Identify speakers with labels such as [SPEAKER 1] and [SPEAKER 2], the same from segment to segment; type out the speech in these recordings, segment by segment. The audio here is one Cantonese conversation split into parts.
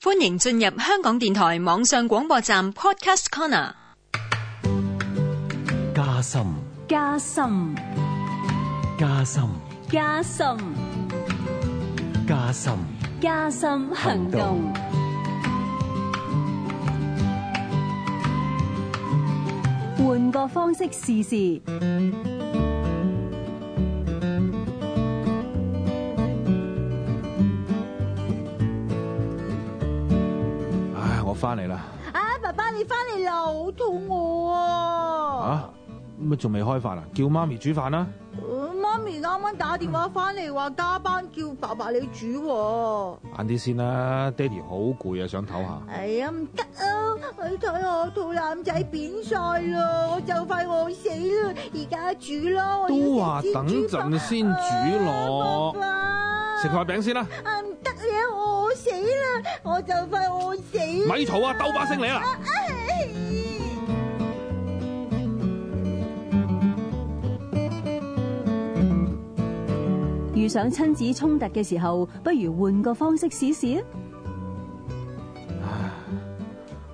[SPEAKER 1] 歡迎進入香港電台網上廣播站 Podcast Corner。
[SPEAKER 2] 加深、
[SPEAKER 3] 加深、
[SPEAKER 2] 加深、
[SPEAKER 3] 加深、
[SPEAKER 2] 加深，
[SPEAKER 3] 加深行
[SPEAKER 2] 行動
[SPEAKER 3] 動。換個方式試試，
[SPEAKER 2] 唉，我翻嚟啦，
[SPEAKER 4] 啊，爸爸你翻嚟啦，好肚餓啊！
[SPEAKER 2] 啊，咁啊仲未開飯啊？叫媽咪煮飯啦。
[SPEAKER 4] 呃媽咪啱啱打電話翻嚟話加班叫爸爸你煮喎、
[SPEAKER 2] 晏啲先啦，爹哋好攰啊，想唞下。
[SPEAKER 4] 哎呀唔得啊！你睇我肚腩仔扁晒啦，我就快餓死啦！而家煮啦，我要
[SPEAKER 2] 都話
[SPEAKER 4] 食煎
[SPEAKER 2] 等
[SPEAKER 4] 豬
[SPEAKER 2] 陣
[SPEAKER 4] 扒
[SPEAKER 2] 先煮咯
[SPEAKER 4] 啊
[SPEAKER 2] 食塊餅先啦，
[SPEAKER 4] 爸爸啊唔得呀，我餓死啦，我就快餓死啦！
[SPEAKER 2] 咪嘈啊，兜把聲你啊！
[SPEAKER 3] 遇上親子衝突嘅時候，不如換個方式試試啊！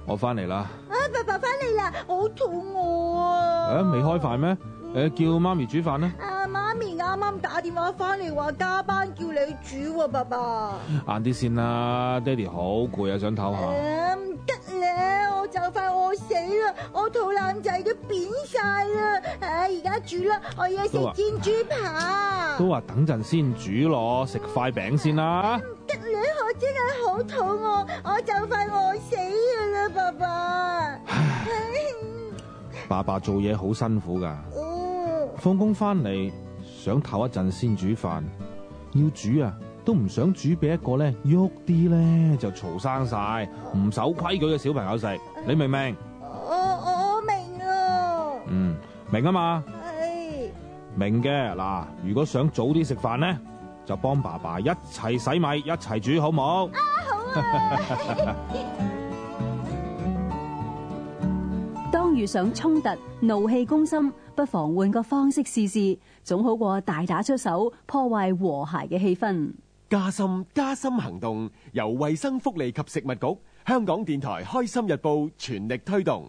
[SPEAKER 2] 我翻嚟啦，
[SPEAKER 4] 啊，爸爸翻嚟啦，我好肚餓
[SPEAKER 2] 誒、
[SPEAKER 4] 啊！
[SPEAKER 2] 未開飯咩？誒、叫媽咪煮飯啦。
[SPEAKER 4] 啊，媽咪啱啱打電話翻嚟話加班叫你煮喎、爸爸。
[SPEAKER 2] 晏啲先啦，爹哋好攰啊，想唞下。
[SPEAKER 4] 誒唔得咧，嗯呃我就快餓死啦，我肚腩仔都扁晒啦。唉、而家煮啦，我要食
[SPEAKER 2] 都話
[SPEAKER 4] 煎豬扒。
[SPEAKER 2] 都話等陣先煮咯，食塊餅先啦。
[SPEAKER 4] 得咧，嗯我真係好肚餓，我就快餓死噶啦，爸爸。
[SPEAKER 2] 爸爸做嘢好辛苦㗎。
[SPEAKER 4] 嗯
[SPEAKER 2] 放工翻嚟想唞一陣先煮飯，要煮啊都唔想煮俾一個咧喐啲咧就嘈生晒，唔守規矩嘅小朋友食，你明唔明？
[SPEAKER 4] 我我我明啦。
[SPEAKER 2] 嗯，明啊嘛，
[SPEAKER 4] 唉
[SPEAKER 2] 明嘅嗱，如果想早啲食飯咧，就幫爸爸一齊洗米一齊煮好冇？
[SPEAKER 4] 啊
[SPEAKER 3] 當遇上衝突、怒氣攻心，不妨換個方式試試，總好過大打出手，破壞和諧嘅氣氛。
[SPEAKER 5] 加深加深行動，由衛生福利及食物局、香港電台、開心日報全力推動。